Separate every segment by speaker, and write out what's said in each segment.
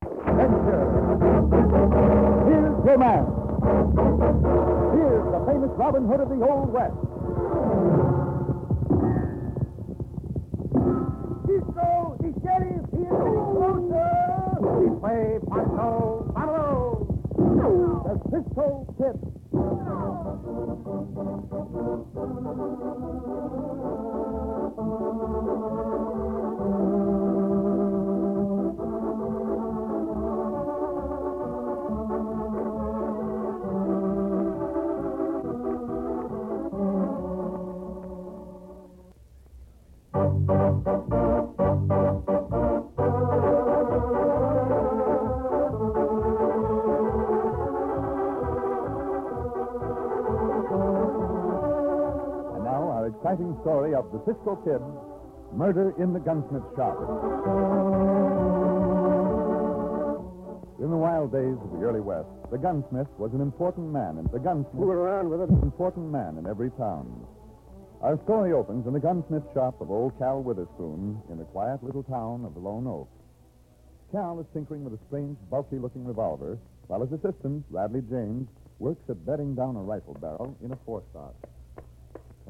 Speaker 1: adventure. Here's romance. Here's the famous Robin Hood of the Old West.
Speaker 2: Cisco, the sheriff, he is getting closer.
Speaker 1: We play Panto Pablo. The Cisco Kid. And now our exciting story of the Cisco Kid, Murder in the Gunsmith Shop. In the wild days of the early West, the gunsmith was an important man, and the gunsmith
Speaker 3: Move it around with it.
Speaker 1: an important man in every town. Our story opens in the gunsmith shop of old Cal Witherspoon in the quiet little town of Lone Oak. Cal is tinkering with a strange, bulky-looking revolver, while his assistant, Radley James, works at bedding down a rifle barrel in a four-stock.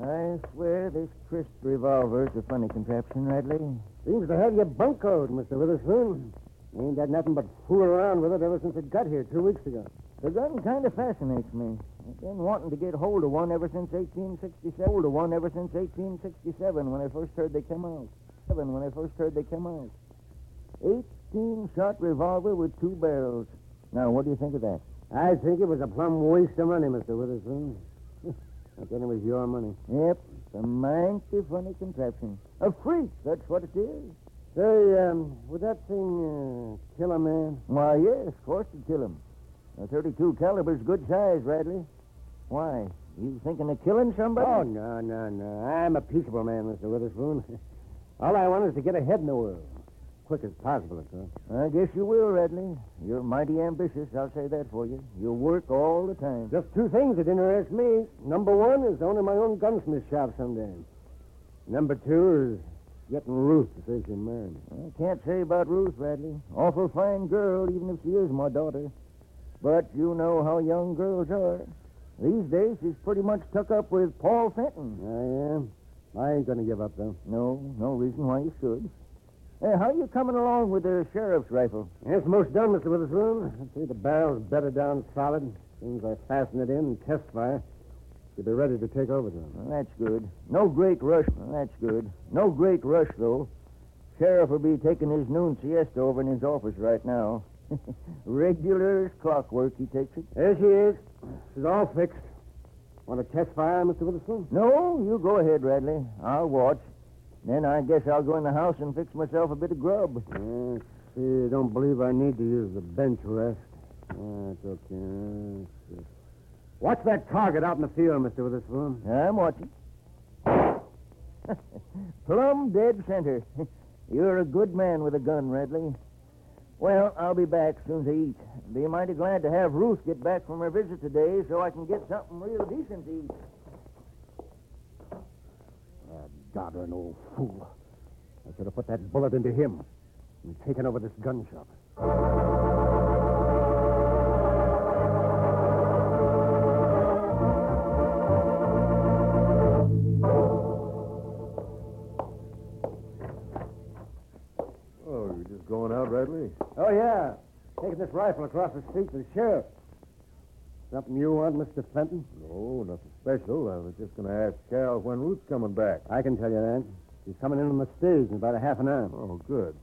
Speaker 4: I swear this Christ revolver's a funny contraption, Radley.
Speaker 3: Seems to have you buncoed, Mr. Witherspoon. You ain't got nothing but fool around with it ever since it got here two weeks ago.
Speaker 4: The gun kind of fascinates me. I've been wanting to get hold of one ever since 1867. Hold of one ever since 1867 when I first heard they came out. Seven when I first heard they came out. 18 shot revolver with two barrels. Now, what do you think of that?
Speaker 3: I think it was a plumb waste of money, Mr. Witherspoon. I then it was your money.
Speaker 4: Yep, it's a mighty funny contraption. A freak, that's what it is.
Speaker 3: Say, um, would that thing uh, kill a man?
Speaker 4: Why, yes, of course to kill him. A 32 caliber's good size, Radley. Why? You thinking of killing somebody?
Speaker 3: Oh, no, no, no. I'm a peaceable man, Mr. Witherspoon. All I want is to get ahead in the world. Quick as possible, of course.
Speaker 4: I guess you will, Radley. You're mighty ambitious, I'll say that for you. You work all the time.
Speaker 3: Just two things that interest me. Number one is owning my own gunsmith shop someday. Number two is getting Ruth to say she married me.
Speaker 4: I can't say about Ruth, Radley. Awful fine girl, even if she is my daughter. But you know how young girls are. These days, she's pretty much tuck up with Paul Fenton.
Speaker 3: I am. I ain't gonna give up though.
Speaker 4: No, no reason why you should. Hey, how you coming along with the sheriff's rifle?
Speaker 3: It's most done, Mr. Witherspoon. I'd say the barrel's bedded down solid. Soon as I fasten it in and test fire, she'll be ready to take over then.
Speaker 4: Well, that's good. No great rush. Well, that's good. No great rush, though. Sheriff will be taking his noon siesta over in his office right now. Regular as clockwork, he takes it.
Speaker 3: There she is. She's all fixed. Want to test fire, Mr. Witherspoon?
Speaker 4: No, you go ahead, Radley. I'll watch. Then I guess I'll go in the house and fix myself a bit of grub.
Speaker 3: Yeah, see, I don't believe I need to use the bench rest. That's okay. That's- Watch that target out in the field, Mr. Witherspoon.
Speaker 4: I'm watching. Plumb dead center. You're a good man with a gun, Radley. Well, I'll be back soon as I eat. Be mighty glad to have Ruth get back from her visit today so I can get something real decent to eat.
Speaker 3: God, an old fool. I should have put that bullet into him and taken over this gun shop.
Speaker 5: Oh, you're just going out, Radley?
Speaker 3: Oh, yeah. Taking this rifle across the street to the sheriff. Something you want, Mr. Fenton?
Speaker 5: No, nothing special. I was just going to ask Cal when Ruth's coming back.
Speaker 3: I can tell you that. She's coming in on the stage in about a half an hour.
Speaker 5: Oh, good.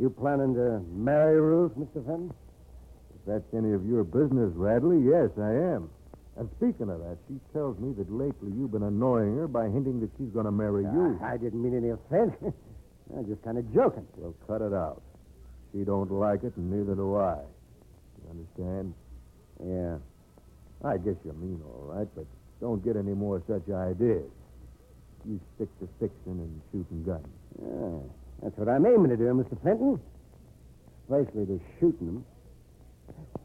Speaker 3: You planning to marry Ruth, Mr. Fenton?
Speaker 5: If that's any of your business, Radley, yes, I am. And speaking of that, she tells me that lately you've been annoying her by hinting that she's going to marry you.
Speaker 3: Uh, I didn't mean any offense. I was just kind of joking.
Speaker 5: Well, cut it out. She don't like it, and neither do I. You understand?
Speaker 3: Yeah.
Speaker 5: I guess you mean all right, but don't get any more such ideas. You stick to fixing and shooting guns.
Speaker 3: Yeah. That's what I'm aiming to do, Mr. Fenton. Especially to shooting them.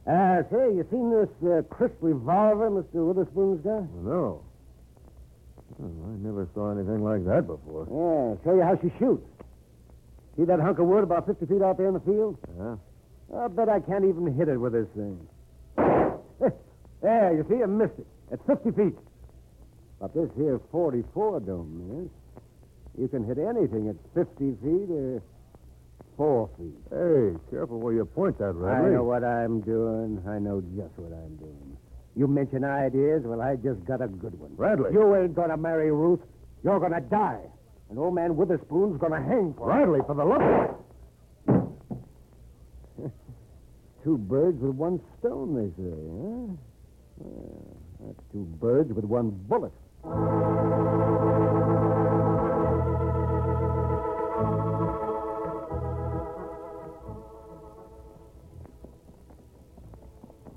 Speaker 3: Uh, say, you seen this uh, crisp revolver Mr. Witherspoon's got?
Speaker 5: No. Oh, I never saw anything like that before.
Speaker 3: Yeah, show you how she shoots. See that hunk of wood about 50 feet out there in the field?
Speaker 5: Yeah.
Speaker 3: I'll bet I can't even hit it with this thing. there, you see, I missed it. At 50 feet. But this here 44 don't miss. You can hit anything at 50 feet or 4 feet.
Speaker 5: Hey, careful where you point that, Radley.
Speaker 3: I know what I'm doing. I know just what I'm doing. You mention ideas, well, I just got a good one.
Speaker 5: Radley.
Speaker 3: You ain't gonna marry Ruth. You're gonna die. And old man Witherspoon's gonna hang for it.
Speaker 5: Radley, for the love of...
Speaker 3: Two birds with one stone, they say, huh? Well, that's two birds with one bullet.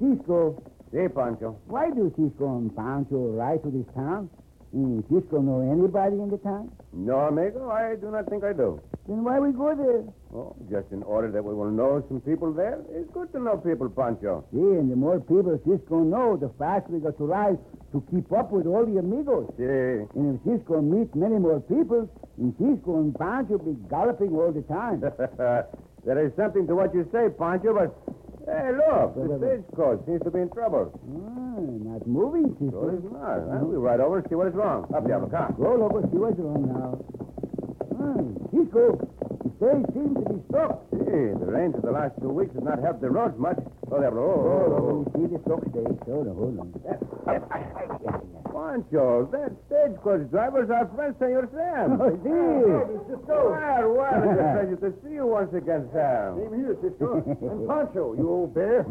Speaker 1: Cisco,
Speaker 3: See, Pancho.
Speaker 1: why do Cisco and Pancho ride to this town? Mm, Cisco know anybody in the town?
Speaker 3: No, amigo, I do not think I do.
Speaker 1: Then why we go there?
Speaker 3: Oh, just in order that we will know some people there. It's good to know people, Pancho.
Speaker 1: See, and the more people Cisco know, the faster we got to ride to keep up with all the amigos.
Speaker 3: See.
Speaker 1: And if Cisco meet many more people, and Cisco and Pancho be galloping all the time.
Speaker 3: there is something to what you say, Pancho, but. Hey, look, the
Speaker 1: Wait, wait, wait.
Speaker 3: stagecoach seems to be in trouble.
Speaker 1: Ah, not moving,
Speaker 3: So
Speaker 1: Cisco.
Speaker 3: it's not. Huh? We ride over and see what is wrong. Up, Java, come.
Speaker 1: Roll over, see what's wrong now. Ah, Cisco, the stage seems to be stuck.
Speaker 3: Gee, the rain for the last two weeks has not helped the roads much. Oh,
Speaker 1: Oh,
Speaker 3: there, oh, oh,
Speaker 1: you see the stock stage. Hold on, hold on.
Speaker 3: oh. Pancho, that stagecoach driver's our friend, Senor Sam. Ah,
Speaker 1: Oh, see.
Speaker 3: Well, well, it's a pleasure to see you once again, Sam.
Speaker 5: Same here, Cisco. and Pancho, you old bear.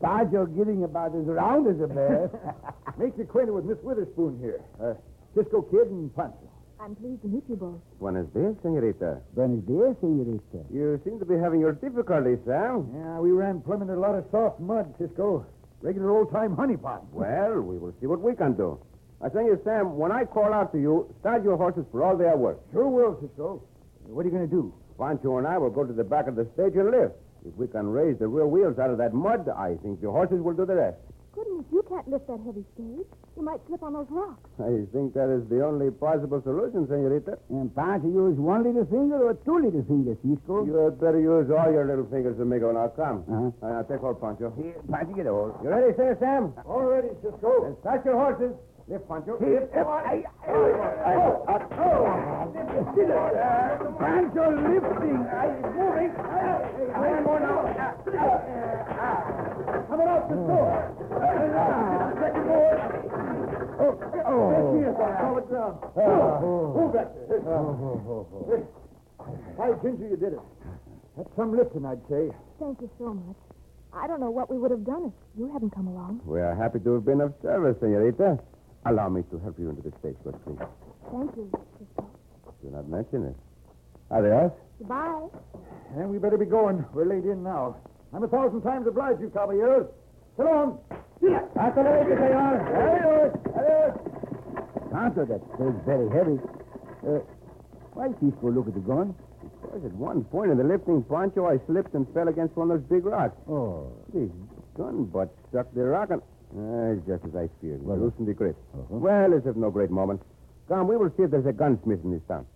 Speaker 1: Baggio getting about as round as a bear.
Speaker 5: Make you acquainted with Miss Witherspoon here. Uh, Cisco Kid and Pancho.
Speaker 6: I'm pleased to meet you both.
Speaker 3: Buenos dias, senorita.
Speaker 1: Buenos dias, senorita.
Speaker 3: You seem to be having your difficulties, Sam.
Speaker 5: Yeah, we ran plumb into a lot of soft mud, Cisco. Regular old-time honeypot.
Speaker 3: Well, we will see what we can do. I tell you, Sam, when I call out to you, start your horses for all they are worth.
Speaker 5: Sure will, Cisco. What are you going to do?
Speaker 3: Pancho and I will go to the back of the stage and lift. If we can raise the rear wheels out of that mud, I think your horses will do the rest.
Speaker 6: Goodness, you can't lift that heavy stage. You might slip on those rocks.
Speaker 3: I think that is the only possible solution, senorita.
Speaker 1: And Pancho use one little finger or two little fingers, Cisco?
Speaker 3: You had better use all your little fingers, amigo. Now, come.
Speaker 1: Uh-huh.
Speaker 3: Uh, now, take hold, Pancho.
Speaker 1: Pancho, get a hold.
Speaker 3: You ready, Senor Sam?
Speaker 5: All ready, Cisco.
Speaker 3: Then start your horses. Lift, Pancho. Lift. Come on.
Speaker 1: Pancho lifting. I moving. One more now. Come on out the door. Second board. Oh, oh.
Speaker 5: Move that. By ginger, you did it. That's some lifting, I'd say.
Speaker 6: Thank you so much. I don't know what we would have done if you hadn't come along.
Speaker 3: We are happy to have been of service, senorita. Allow me to help you into the stage, coach, please.
Speaker 6: Thank you, Cisco.
Speaker 3: Do not mention it. Adios.
Speaker 6: Goodbye.
Speaker 5: And we better be going. We're late in now. I'm a thousand times obliged you, caballeros. So long.
Speaker 1: Hasta luego, señor. Adios. Adios. Pancho, that stage's very heavy. Uh, why Cisco look at the gun?
Speaker 3: Because at one point in the lifting, Pancho, I slipped and fell against one of those big rocks.
Speaker 1: Oh.
Speaker 3: This gun butt stuck the rock and... Ah, just as I feared. Well, loosen the grip.
Speaker 1: Uh-huh.
Speaker 3: Well, it's of no great moment. Come, we will see if there's a gunsmith in this town.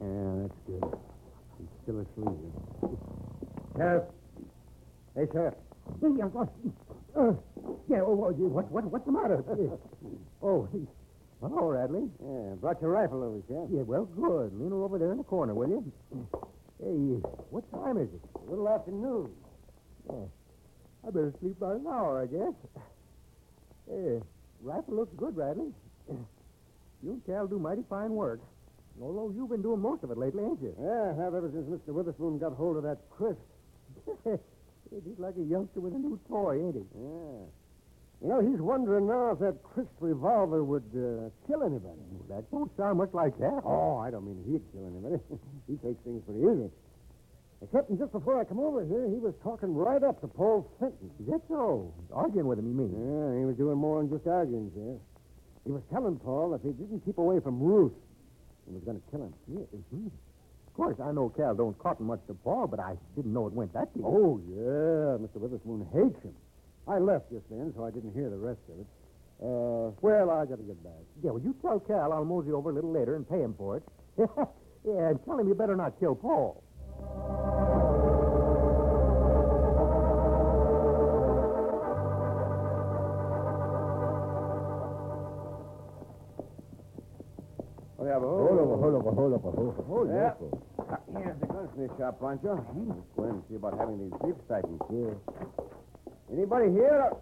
Speaker 3: Yeah, that's good. He's still asleep.
Speaker 1: Sheriff.
Speaker 3: Hey, Sheriff.
Speaker 1: Yeah, what, uh, yeah,
Speaker 5: oh,
Speaker 1: what, what, what, what's the matter? oh, hello, Radley.
Speaker 3: Yeah, brought your rifle over, Sheriff.
Speaker 1: Yeah, well, good. Lean her over there in the corner, will you? Hey, what time is it?
Speaker 3: A little afternoon.
Speaker 1: I better sleep about an hour, I guess. Hey, rifle looks good, Radley. You and Cal do mighty fine work. Although you've been doing most of it lately, ain't you?
Speaker 3: Yeah, I have ever since Mr. Witherspoon got hold of that crisp.
Speaker 1: Hey, He's like a youngster with a new toy, ain't he?
Speaker 3: Yeah. You know, he's wondering now if that crisp revolver would uh, kill anybody.
Speaker 1: That don't sound much like that.
Speaker 3: Oh, I don't mean he'd kill anybody. he takes things pretty easy. Except and just before I come over here, he was talking right up to Paul Fenton.
Speaker 1: Is that so? Arguing with him, you mean?
Speaker 3: Yeah, he was doing more than just arguing, Sheriff. He was telling Paul if he didn't keep away from Ruth, he was going to kill him.
Speaker 1: Yeah. mhm. course, I know Cal don't cotton much to Paul, but I didn't know it went that deep.
Speaker 3: Oh, yeah. Mr. Witherspoon hates him. I left just then, so I didn't hear the rest of it. Uh, well, I gotta get back.
Speaker 1: Yeah, well, you tell Cal I'll mosey over a little later and pay him for it. yeah, and tell him you better not kill Paul.
Speaker 3: Oh, yeah, but
Speaker 5: Hold over, hold over, hold over, hold over. Hold
Speaker 3: Yeah. Here's the gunsmith shop, Pancho. Let's go in and see about having these zips tightened. Yeah. Anybody here?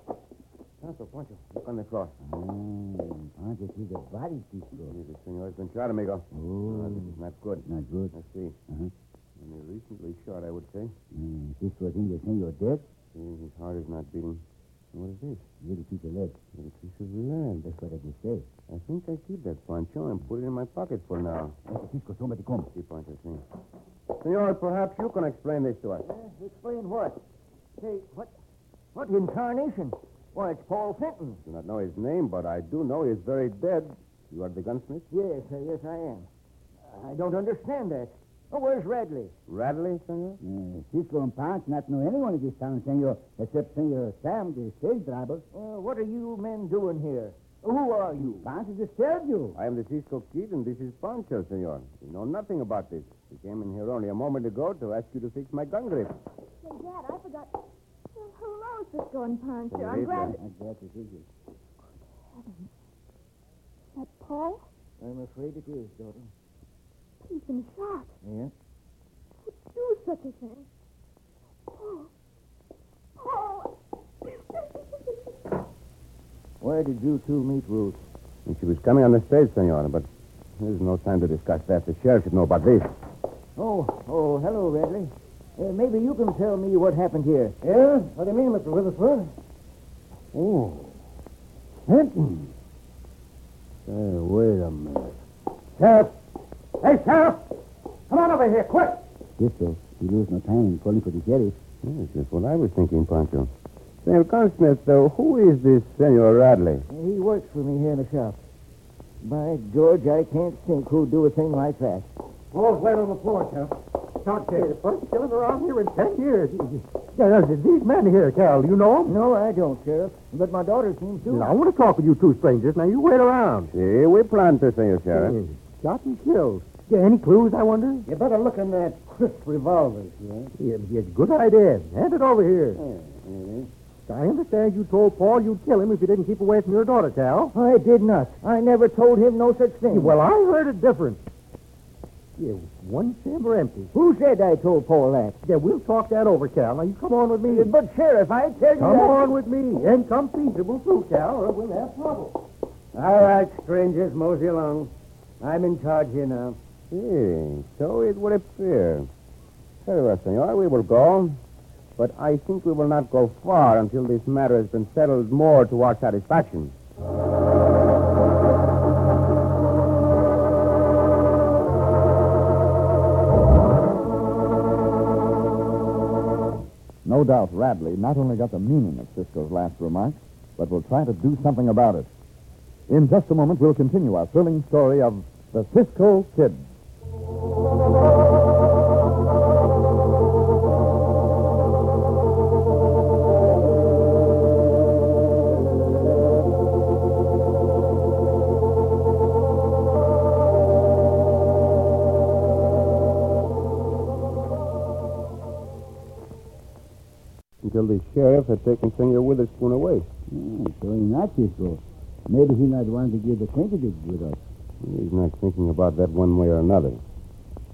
Speaker 3: Pancho, Pancho, look on the cross.
Speaker 4: Pancho, see the body people.
Speaker 3: Jesus, senor's been shot, amigo.
Speaker 4: Oh,
Speaker 3: Uh, this is not good.
Speaker 4: not good.
Speaker 3: I see.
Speaker 4: Uh-huh.
Speaker 3: Only recently shot, I would say.
Speaker 4: Mm, this was in the senor dead.
Speaker 3: See, his heart is not beating. And What is this?
Speaker 4: Little piece of lead.
Speaker 3: Little piece of land.
Speaker 4: That's what I just said.
Speaker 3: I think I keep that Pancho and put it in my pocket for now.
Speaker 4: Francisco, somebody come.
Speaker 3: See, Pancho, see. Senor, perhaps you can explain this to us.
Speaker 4: explain what? Say, what? What in carnation? Why, it's Paul Fenton.
Speaker 3: do not know his name, but I do know he's very dead. You are the gunsmith?
Speaker 4: Yes, uh, yes, I am. I don't understand that. Oh, where's Radley?
Speaker 3: Radley, senor?
Speaker 7: Uh, Cisco and Ponce not know anyone in this town, senor, except Senor Sam, the stage driver.
Speaker 4: Uh, what are you men doing here? Who are you?
Speaker 7: Ponce disturbed you.
Speaker 3: I am the Cisco Kid, and this is Pancho, senor. You know nothing about this. We came in here only a moment ago to ask you to fix my gun grip.
Speaker 6: Say, Dad, I forgot. Well, hello, Cisco and Poncho. I'm
Speaker 3: Senorita.
Speaker 6: glad
Speaker 7: I'm glad to see you.
Speaker 6: that Paul,
Speaker 4: I'm afraid it is, daughter.
Speaker 6: he's been shot.
Speaker 4: Yeah?
Speaker 6: Who'd do such a thing? Paul. Paul.
Speaker 4: Where did you two meet, Ruth?
Speaker 3: And she was coming on the stage, senor, but there's no time to discuss that. The sheriff should know about this.
Speaker 4: Oh, oh, hello, Radley. Uh, maybe you can tell me what happened here.
Speaker 3: Yeah? What do you mean, Mr. Witherspoon? Oh. Fenton. Hey,
Speaker 4: Uh,
Speaker 3: wait a minute. Sheriff! Hey, Sheriff! Come on over here, quick!
Speaker 7: Cisco, you lose no time in calling for the sheriff.
Speaker 3: Yes, that's what I was thinking, Pancho. Senor Gunsmith, though, who is this Senor Radley?
Speaker 4: He works for me here in the shop. By George, I can't think who'd do a thing like that.
Speaker 3: Paul's laid on the floor, Sheriff.
Speaker 1: Don't say the first killing around here in ten years. Yeah, now, these men here, Cal, you know 'em?
Speaker 4: No, I don't, Sheriff. But my daughter seems to.
Speaker 1: Now, I want to talk with you two strangers. Now, you wait around.
Speaker 3: See, Eh, we planned this, Senor Sheriff.
Speaker 1: Shot and killed. Yeah, any clues, I wonder?
Speaker 3: You better look in that crisp revolver, Sheriff.
Speaker 1: Yeah, yeah, good idea. Hand it over here.
Speaker 3: It is.
Speaker 1: I understand you told Paul you'd kill him if he didn't keep away from your daughter, Cal.
Speaker 4: I did not. I never told him no such
Speaker 1: Yeah,
Speaker 4: thing.
Speaker 1: well, I heard it different. Yeah, one chamber empty.
Speaker 4: Who said I told Paul that?
Speaker 1: Yeah, we'll talk that over, Cal. Now, you come on with me.
Speaker 4: But, Sheriff, I tell you.
Speaker 1: Come
Speaker 4: that-
Speaker 1: on with me, and come feasible too, Cal, or we'll have trouble.
Speaker 3: All right, strangers, mosey along. I'm in charge here now. See, so it would appear. Very well, senor, we will go. But I think we will not go far until this matter has been settled more to our satisfaction.
Speaker 8: No doubt Radley not only got the meaning of Cisco's last remark, but will try to do something about it. In just a moment, we'll continue our thrilling story of the Cisco Kid.
Speaker 3: Until the sheriff had taken Senor Witherspoon away.
Speaker 7: Hmm, so he not Cisco. Maybe he not want to get acquainted with us.
Speaker 3: He's not thinking about that one way or another.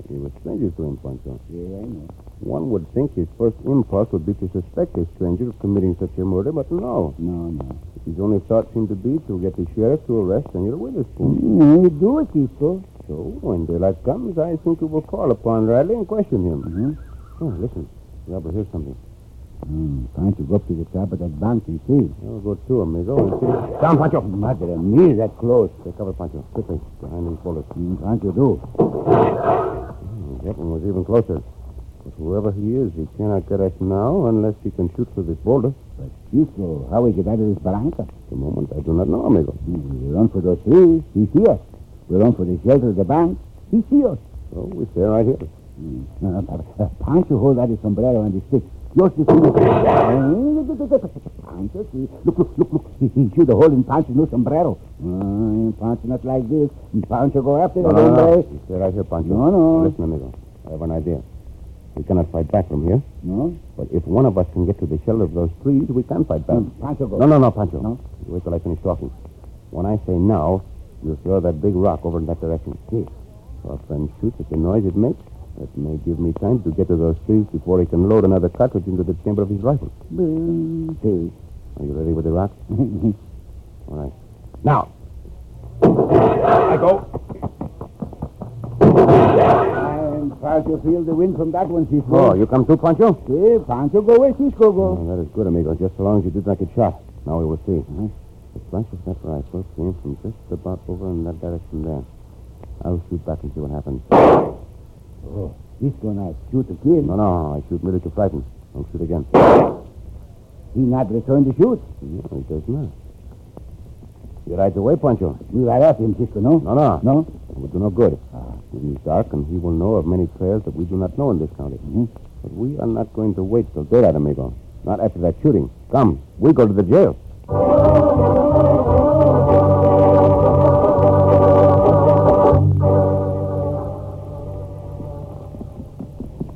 Speaker 3: He was strangers to him, Pancho.
Speaker 7: Yeah, I know.
Speaker 3: One would think his first impulse would be to suspect a stranger of committing such a murder, but no.
Speaker 7: No, no.
Speaker 3: His only thought seemed to be to get the sheriff to arrest Senor Witherspoon.
Speaker 7: Hmm, he do it, Cisco.
Speaker 3: So when daylight comes, I think we will call upon Riley and question him.
Speaker 7: Mhm.
Speaker 3: Oh, listen, Robert, here's something.
Speaker 7: Hmm, time to go up to the top of that bank and see.
Speaker 3: I'll go too, amigo, and see.
Speaker 7: Down, Pancho. Madre mia, that close.
Speaker 3: Take cover, Pancho, quickly, behind these bullets.
Speaker 7: Hmm, Pancho do.
Speaker 3: Hmm, That one was even closer. But whoever he is, he cannot get us now unless he can shoot through this boulder.
Speaker 7: But Cisco, how we get out of this barranca?
Speaker 3: At the moment, I do not know, amigo.
Speaker 7: Hmm, We run for those trees, he see us. We run for the shelter of the bank, he see us.
Speaker 3: Oh, So we stay right here.
Speaker 7: No, no, Papa. Uh, Pancho, hold out his sombrero and his stick. Yoshi, see. Pancho, see. Look, look, look, look. He, he shoot a hole in Pancho's new sombrero. Uh, Pancho, not like this. Pancho, go after
Speaker 3: Ah,
Speaker 7: the hombre.
Speaker 3: Stay right here, Pancho.
Speaker 7: No, no.
Speaker 3: Listen, amigo. I have an idea. We cannot fight back from here,
Speaker 7: No?
Speaker 3: but if one of us can get to the shelter of those trees, we can fight back.
Speaker 7: Um, Pancho, go.
Speaker 3: No, no, no, Pancho.
Speaker 7: No?
Speaker 3: You wait till I finish talking. When I say now, you throw that big rock over in that direction. See? Our friend shoots at the noise it makes. That may give me time to get to those trees before he can load another cartridge into the chamber of his rifle.
Speaker 7: Boom. See.
Speaker 3: Are you ready with the rock? All right. Now. I go.
Speaker 7: And Pancho feel the wind from that one,
Speaker 3: Oh,
Speaker 7: Cisco.
Speaker 3: you come too, Pancho?
Speaker 7: See, Pancho, go where Cisco go.
Speaker 3: Oh, that is good, amigo. Just so long as you did not get shot. Now we will see. The flash of that rifle came from just about over in that direction there. I'll shoot back and see what happens.
Speaker 7: Cisco not shoot to kill.
Speaker 3: No, no, I shoot merely to frighten. Don't shoot again.
Speaker 7: He not return to shoot.
Speaker 3: No, he does not. He rides away, Pancho.
Speaker 7: You right after him, Cisco, no?
Speaker 3: No, no.
Speaker 7: No? Ah.
Speaker 3: It would do no good. It is dark, and he will know of many trails that we do not know in this county.
Speaker 7: Mm-hmm.
Speaker 3: But we are not going to wait till daylight, amigo. Not after that shooting. Come, we go to the jail.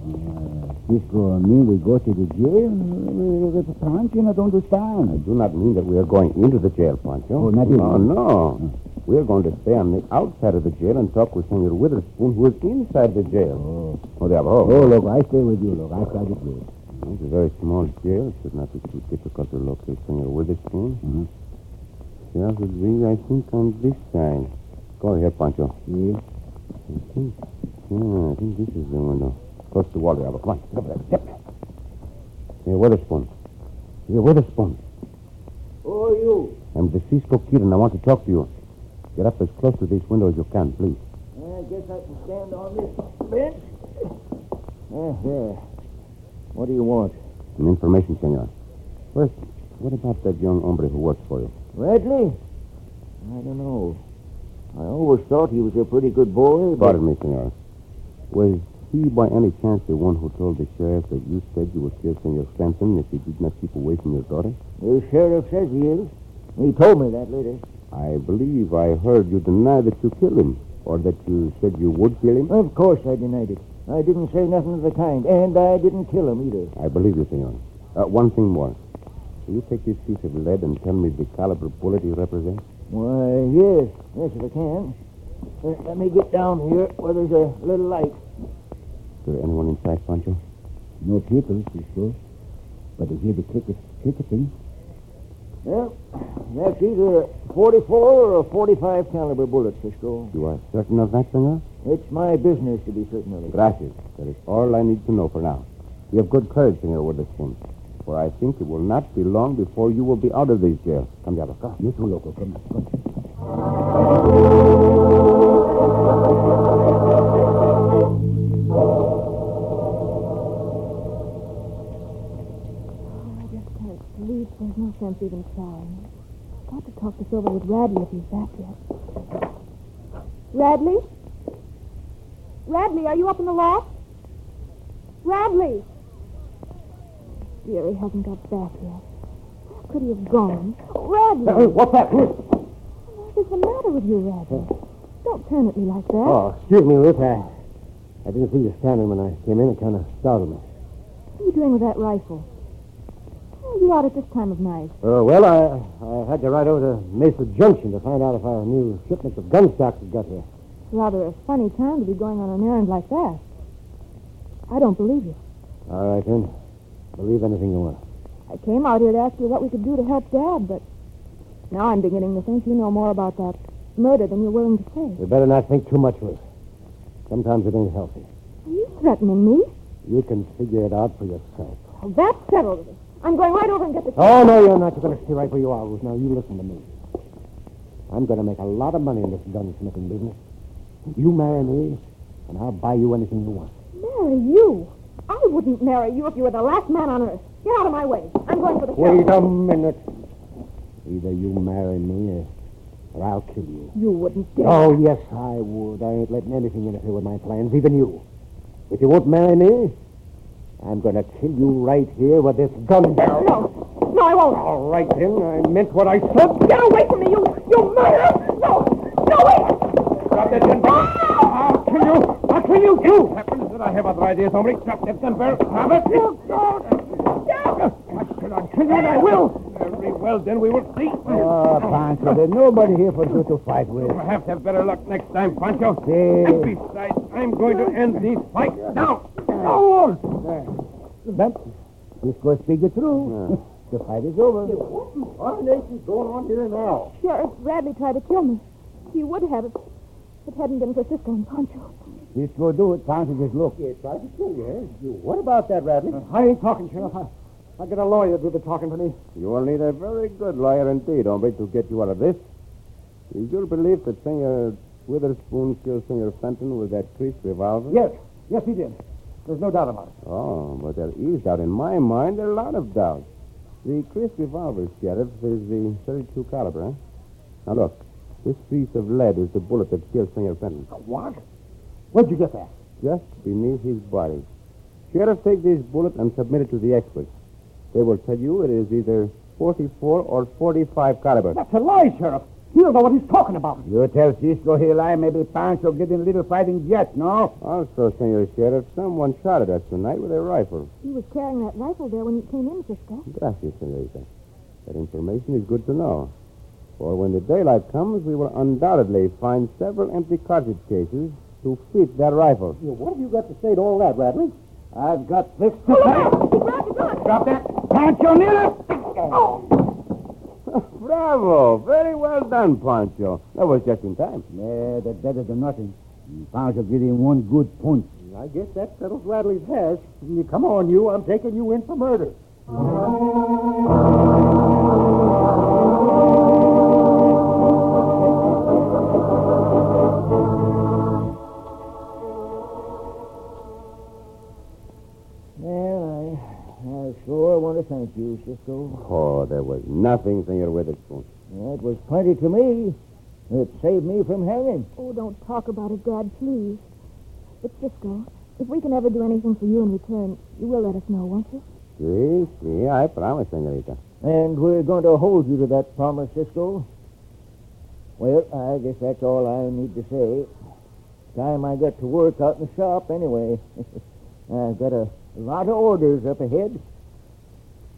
Speaker 7: Cisco, mean we go to the jail? Uh, uh, Pancho, I
Speaker 3: I
Speaker 7: don't understand.
Speaker 3: Hmm, do not mean that we are going into the jail, Pancho.
Speaker 7: Oh, not in.
Speaker 3: No, no. We are going to stay on the outside of the jail and talk with Senor Witherspoon, who is inside the jail. Oh, diablo.
Speaker 7: Oh, look, I stay with you, look. I stay with you.
Speaker 3: It's a very small jail. It should not be too difficult to locate Senor Witherspoon.
Speaker 7: Mhm.
Speaker 3: Jail would be, I think, on this side. Go ahead, Pancho.
Speaker 7: See?
Speaker 3: I think, yeah, I think this is the window. Close to the wall, Diablo. Come on, get up there. Get up there. Senor Witherspoon. Senor Witherspoon.
Speaker 7: Who are you?
Speaker 3: I'm the Cisco Kid, and I want to talk to you. Get up as close to this window as you can, please.
Speaker 4: Uh, I guess I can stand on this bench. Yeah, there. Uh, What do you want?
Speaker 3: Some information, senor. First, what about that young hombre who works for you?
Speaker 4: Redley? I don't know. I always thought he was a pretty good boy, but...
Speaker 3: Pardon me, senor. Was he by any chance the one who told the sheriff that you said you would kill Senor Stanton if he did not keep away from your daughter?
Speaker 4: The sheriff says he is. He told me that later.
Speaker 3: I believe I heard you deny that you killed him, or that you said you would kill him.
Speaker 4: Of course I denied it. I didn't say nothing of the kind, and I didn't kill him either.
Speaker 3: I believe you, senor. Uh, one thing more. Will you take this piece of lead and tell me the caliber bullet he represents?
Speaker 4: Why, yes. Yes, if I can. Uh, let me get down here where there's a little light.
Speaker 3: Is there anyone inside, Pancho?
Speaker 7: No people, Cisco. But they hear the cricket, cricketing.
Speaker 4: Well, that's either a 44 or a 45 caliber bullet, Cisco.
Speaker 3: You are certain of that, senor?
Speaker 4: It's my business to be certain of it.
Speaker 3: Gracias. That is all I need to know for now. You have good courage, Senor Witherspoon, for I think it will not be long before you will be out of this jail. Come, Diablo, come.
Speaker 7: You too, loco. Come on. Come on.
Speaker 6: Oh, I just can't sleep. There's no sense even trying. Got to talk this over with Radley if he's back yet. Radley? Radley, are you up in the loft? Radley! Dear, he hasn't got back yet. Where could he have gone? Radley!
Speaker 3: what's that?
Speaker 6: What is the matter with you, Radley? Don't turn at me like that.
Speaker 3: Oh, excuse me, Ruth. I, I didn't see you standing when I came in. It kind of startled me.
Speaker 6: What are you doing with that rifle? Where are you out at this time of night?
Speaker 3: Uh, well, I, I had to ride over to Mesa Junction to find out if our new shipment of gun stocks had got here.
Speaker 6: Rather a funny time to be going on an errand like that. I don't believe you.
Speaker 3: All right, then. Believe anything you want.
Speaker 6: I came out here to ask you what we could do to help Dad, but now I'm beginning to think you know more about that murder than you're willing to say.
Speaker 3: You better not think too much, Ruth. Sometimes it ain't healthy.
Speaker 6: Are you threatening me?
Speaker 3: You can figure it out for yourself.
Speaker 6: Well, that settles it. I'm going right over and get the...
Speaker 3: Oh, no, you're not. You're going to stay right where you are, Ruth. Now, you listen to me. I'm going to make a lot of money in this gunsmithing business. You marry me, and I'll buy you anything you want.
Speaker 6: Marry you? I wouldn't marry you if you were the last man on earth. Get out of my way. I'm going for the
Speaker 3: Wait
Speaker 6: sheriff.
Speaker 3: a minute. Either you marry me, or, or I'll kill you.
Speaker 6: You wouldn't dare.
Speaker 3: Oh, yes, I would. I ain't letting anything interfere with my plans, even you. If you won't marry me, I'm going to kill you right here with this gun barrel.
Speaker 6: No, no, I won't.
Speaker 3: All right, then. I meant what I said.
Speaker 6: Get away from me, you, you murderer! No, no, wait!
Speaker 3: Drop that gun barrel. I'll kill you. I'll kill you, too. It happens that I have other ideas, hombre. Drop that gun barrel. Drop it.
Speaker 6: Oh,
Speaker 3: You I'll kill you, and I will. Very well, then. We will see.
Speaker 1: Ah,
Speaker 4: Oh, Pancho, there's nobody here for you to fight with.
Speaker 3: We'll have to have better luck next time, Pancho.
Speaker 4: See?
Speaker 3: And besides, I'm going to end these fights now.
Speaker 4: But this could speak the
Speaker 3: Ah,
Speaker 4: truth. The fight is over.
Speaker 1: What in tarnation's going on here now?
Speaker 6: Sheriff Bradley tried to kill me. He would have if it hadn't been for Cisco and Poncho.
Speaker 4: This will do it. Pancho, just look.
Speaker 1: He tried to kill you, eh? You- What about that, Radley?
Speaker 4: I ain't talking, Sheriff. I, I got a lawyer to do the talking for me.
Speaker 3: You will need a very good lawyer indeed, hombre, to get you out of this. Is your belief that Senor Witherspoon killed Senor Fenton with that creased revolver?
Speaker 4: Yes, yes, he did. There's no doubt about it.
Speaker 3: Oh, but there is doubt. In my mind, there are a lot of doubts. The Chris revolver, Sheriff, is the 32 caliber, huh? Now, look. This piece of lead is the bullet that killed Senor Fenton,
Speaker 4: What? Where'd you get that?
Speaker 3: just beneath his body. Sheriff, take this bullet and submit it to the experts. They will tell you it is either 44 or 45 caliber.
Speaker 4: That's a lie, Sheriff. He'll know what he's talking about.
Speaker 3: You tell
Speaker 4: Cisco he'll lie. Maybe Pancho get in a little fighting yet, no?
Speaker 3: Also, Senor Sheriff, someone shot at us tonight with a rifle.
Speaker 6: He was carrying that rifle there when you came in, Cisco.
Speaker 3: Gracias, senorita. That information is good to know. For when the daylight comes, we will undoubtedly find several empty cartridge cases to fit that rifle.
Speaker 1: You- What have you got to say to all that, Radley?
Speaker 4: I've got this.
Speaker 6: He grabbed the gun.
Speaker 4: Drop that. Pancho, near it.
Speaker 3: Bravo! Very well done, Pancho. That was just in time.
Speaker 4: Yeah, that's better than nothing. Pancho give him one good punch.
Speaker 1: I guess that settles Radley's hash. You- Come on, you. I'm taking you in for murder.
Speaker 9: Well, I, I sure want to thank you, Cisco.
Speaker 3: Oh, there was nothing, Senor Witherspoon.
Speaker 9: That was plenty to me. It saved me from hanging.
Speaker 6: Oh, don't talk about it, Dad, please. But Cisco, if we can ever do anything for you in return, you will let us know, won't you?
Speaker 3: See, see, I promise, senorita.
Speaker 9: And we're going to hold you to that promise, Cisco. Well, I guess that's all I need to say. Time I got to work out in the shop anyway. I've got a lot of orders up ahead.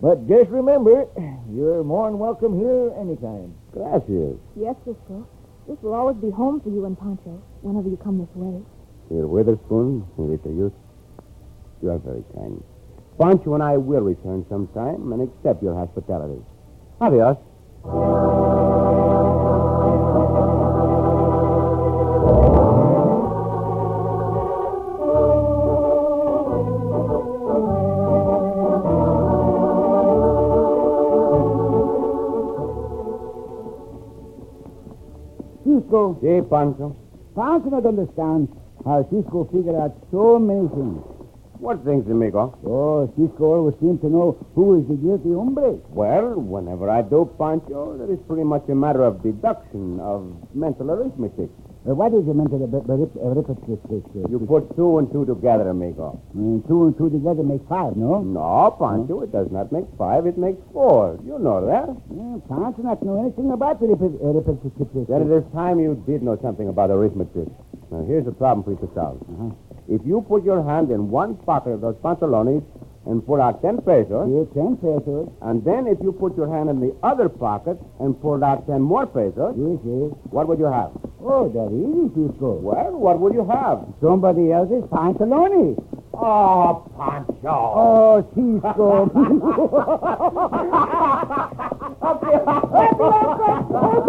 Speaker 9: But just remember, you're more than welcome here anytime.
Speaker 3: Gracias.
Speaker 6: Yes, Cisco. This will always be home for you and Poncho whenever you come this way.
Speaker 3: Senor Witherspoon, senorita Youth, you are very kind. Pancho and I will return sometime and accept your hospitality. Adios.
Speaker 4: Cisco,
Speaker 3: See, Pancho.
Speaker 4: Pancho not understand how Cisco figure out so many things.
Speaker 3: What things, amigo?
Speaker 4: Oh, Cisco always seems to know who is the guilty hombre.
Speaker 3: Well, whenever I do, Pancho, that is pretty much a matter of deduction, of mental arithmetic.
Speaker 4: Uh, what is the mental ab- ab- ab- arithmetic? Uh,
Speaker 3: You put two and two together, amigo.
Speaker 4: mm, two and two together make five,
Speaker 9: Hmm.
Speaker 4: no?
Speaker 3: No, Pancho, it does not make five, it makes four. You know that.
Speaker 4: Yeah, Pancho not know anything about the uh, arith- arithmetic.
Speaker 3: Then it is time you did know something about arithmetic. Now, here's a problem for you to solve.
Speaker 4: Uh-huh.
Speaker 3: If you put your hand in one pocket of those pantalones and pull out 10 pesos,
Speaker 4: Yeah, ten pesos.
Speaker 3: and then if you put your hand in the other pocket and pull out 10 more pesos,
Speaker 4: Yes, yes.
Speaker 3: what would you have?
Speaker 4: Oh, that easy, Cisco.
Speaker 3: Well, what would you have?
Speaker 4: Somebody else's pantaloni.
Speaker 3: Oh, Pancho.
Speaker 4: Oh, Cisco.